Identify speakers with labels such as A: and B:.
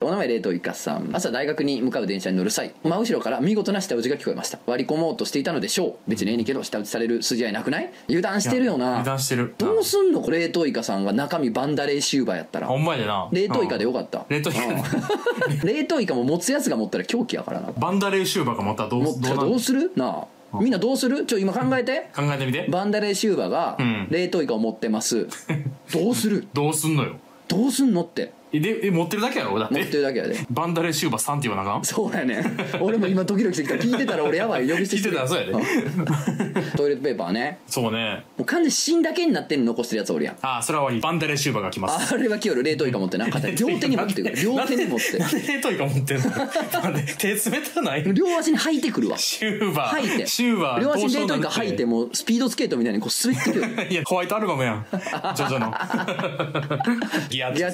A: お名前冷凍いかさん朝大学に向かう電車に乗る際真後ろから見事な舌打ちが聞こえました割り込もうとしていたのでしょう別にええねんけど舌打ちされる筋合いなくない油断してるよな
B: 油断してる
A: どうすんのこれ冷凍イカさんが中身バンダレーシューバーやったら
B: ほんまやでな
A: 冷凍イカでよかった、
B: 冷凍イカで
A: うん冷凍イカも持つやつが持ったら狂気やからな
B: バンダレーシューバーが持ったらどう
A: 持ったらど
B: どうな
A: うんするなあみんなどうするちょ今考えて
B: 考えてみて
A: バンダレーシューバーが
B: うん
A: 冷凍イカを持ってます、どうする
B: どうすんのよ
A: どうすんのって
B: えでえ持ってるだけやろだっ
A: 持ってる
B: て
A: だけやで
B: バンダレーシューバーさんって言わなあかん
A: そうやねん俺も今ドキドキしてきた聞いてたら俺やばい呼び捨て
B: 聞い
A: してる
B: たらそうやで
A: うんトイレットペーパーね
B: そうね
A: もう完全に芯だけになってんの残してるやつおるやん
B: ああそれは終わりバンダレーシューバーが来ます
A: あれは清る冷凍イカ持っ てなかった両手に持ってくる両手に持って
B: なんで冷凍イカ持ってんのなんで手冷たないの
A: 両足に履いてくるわ
B: シューバー
A: 吐いて
B: シューバー
A: 両足に冷凍イカ履いてもうスピードスケートみたいにこう滑ってくる
B: いやホワイトアルバムやんジョジョのギア
A: ギア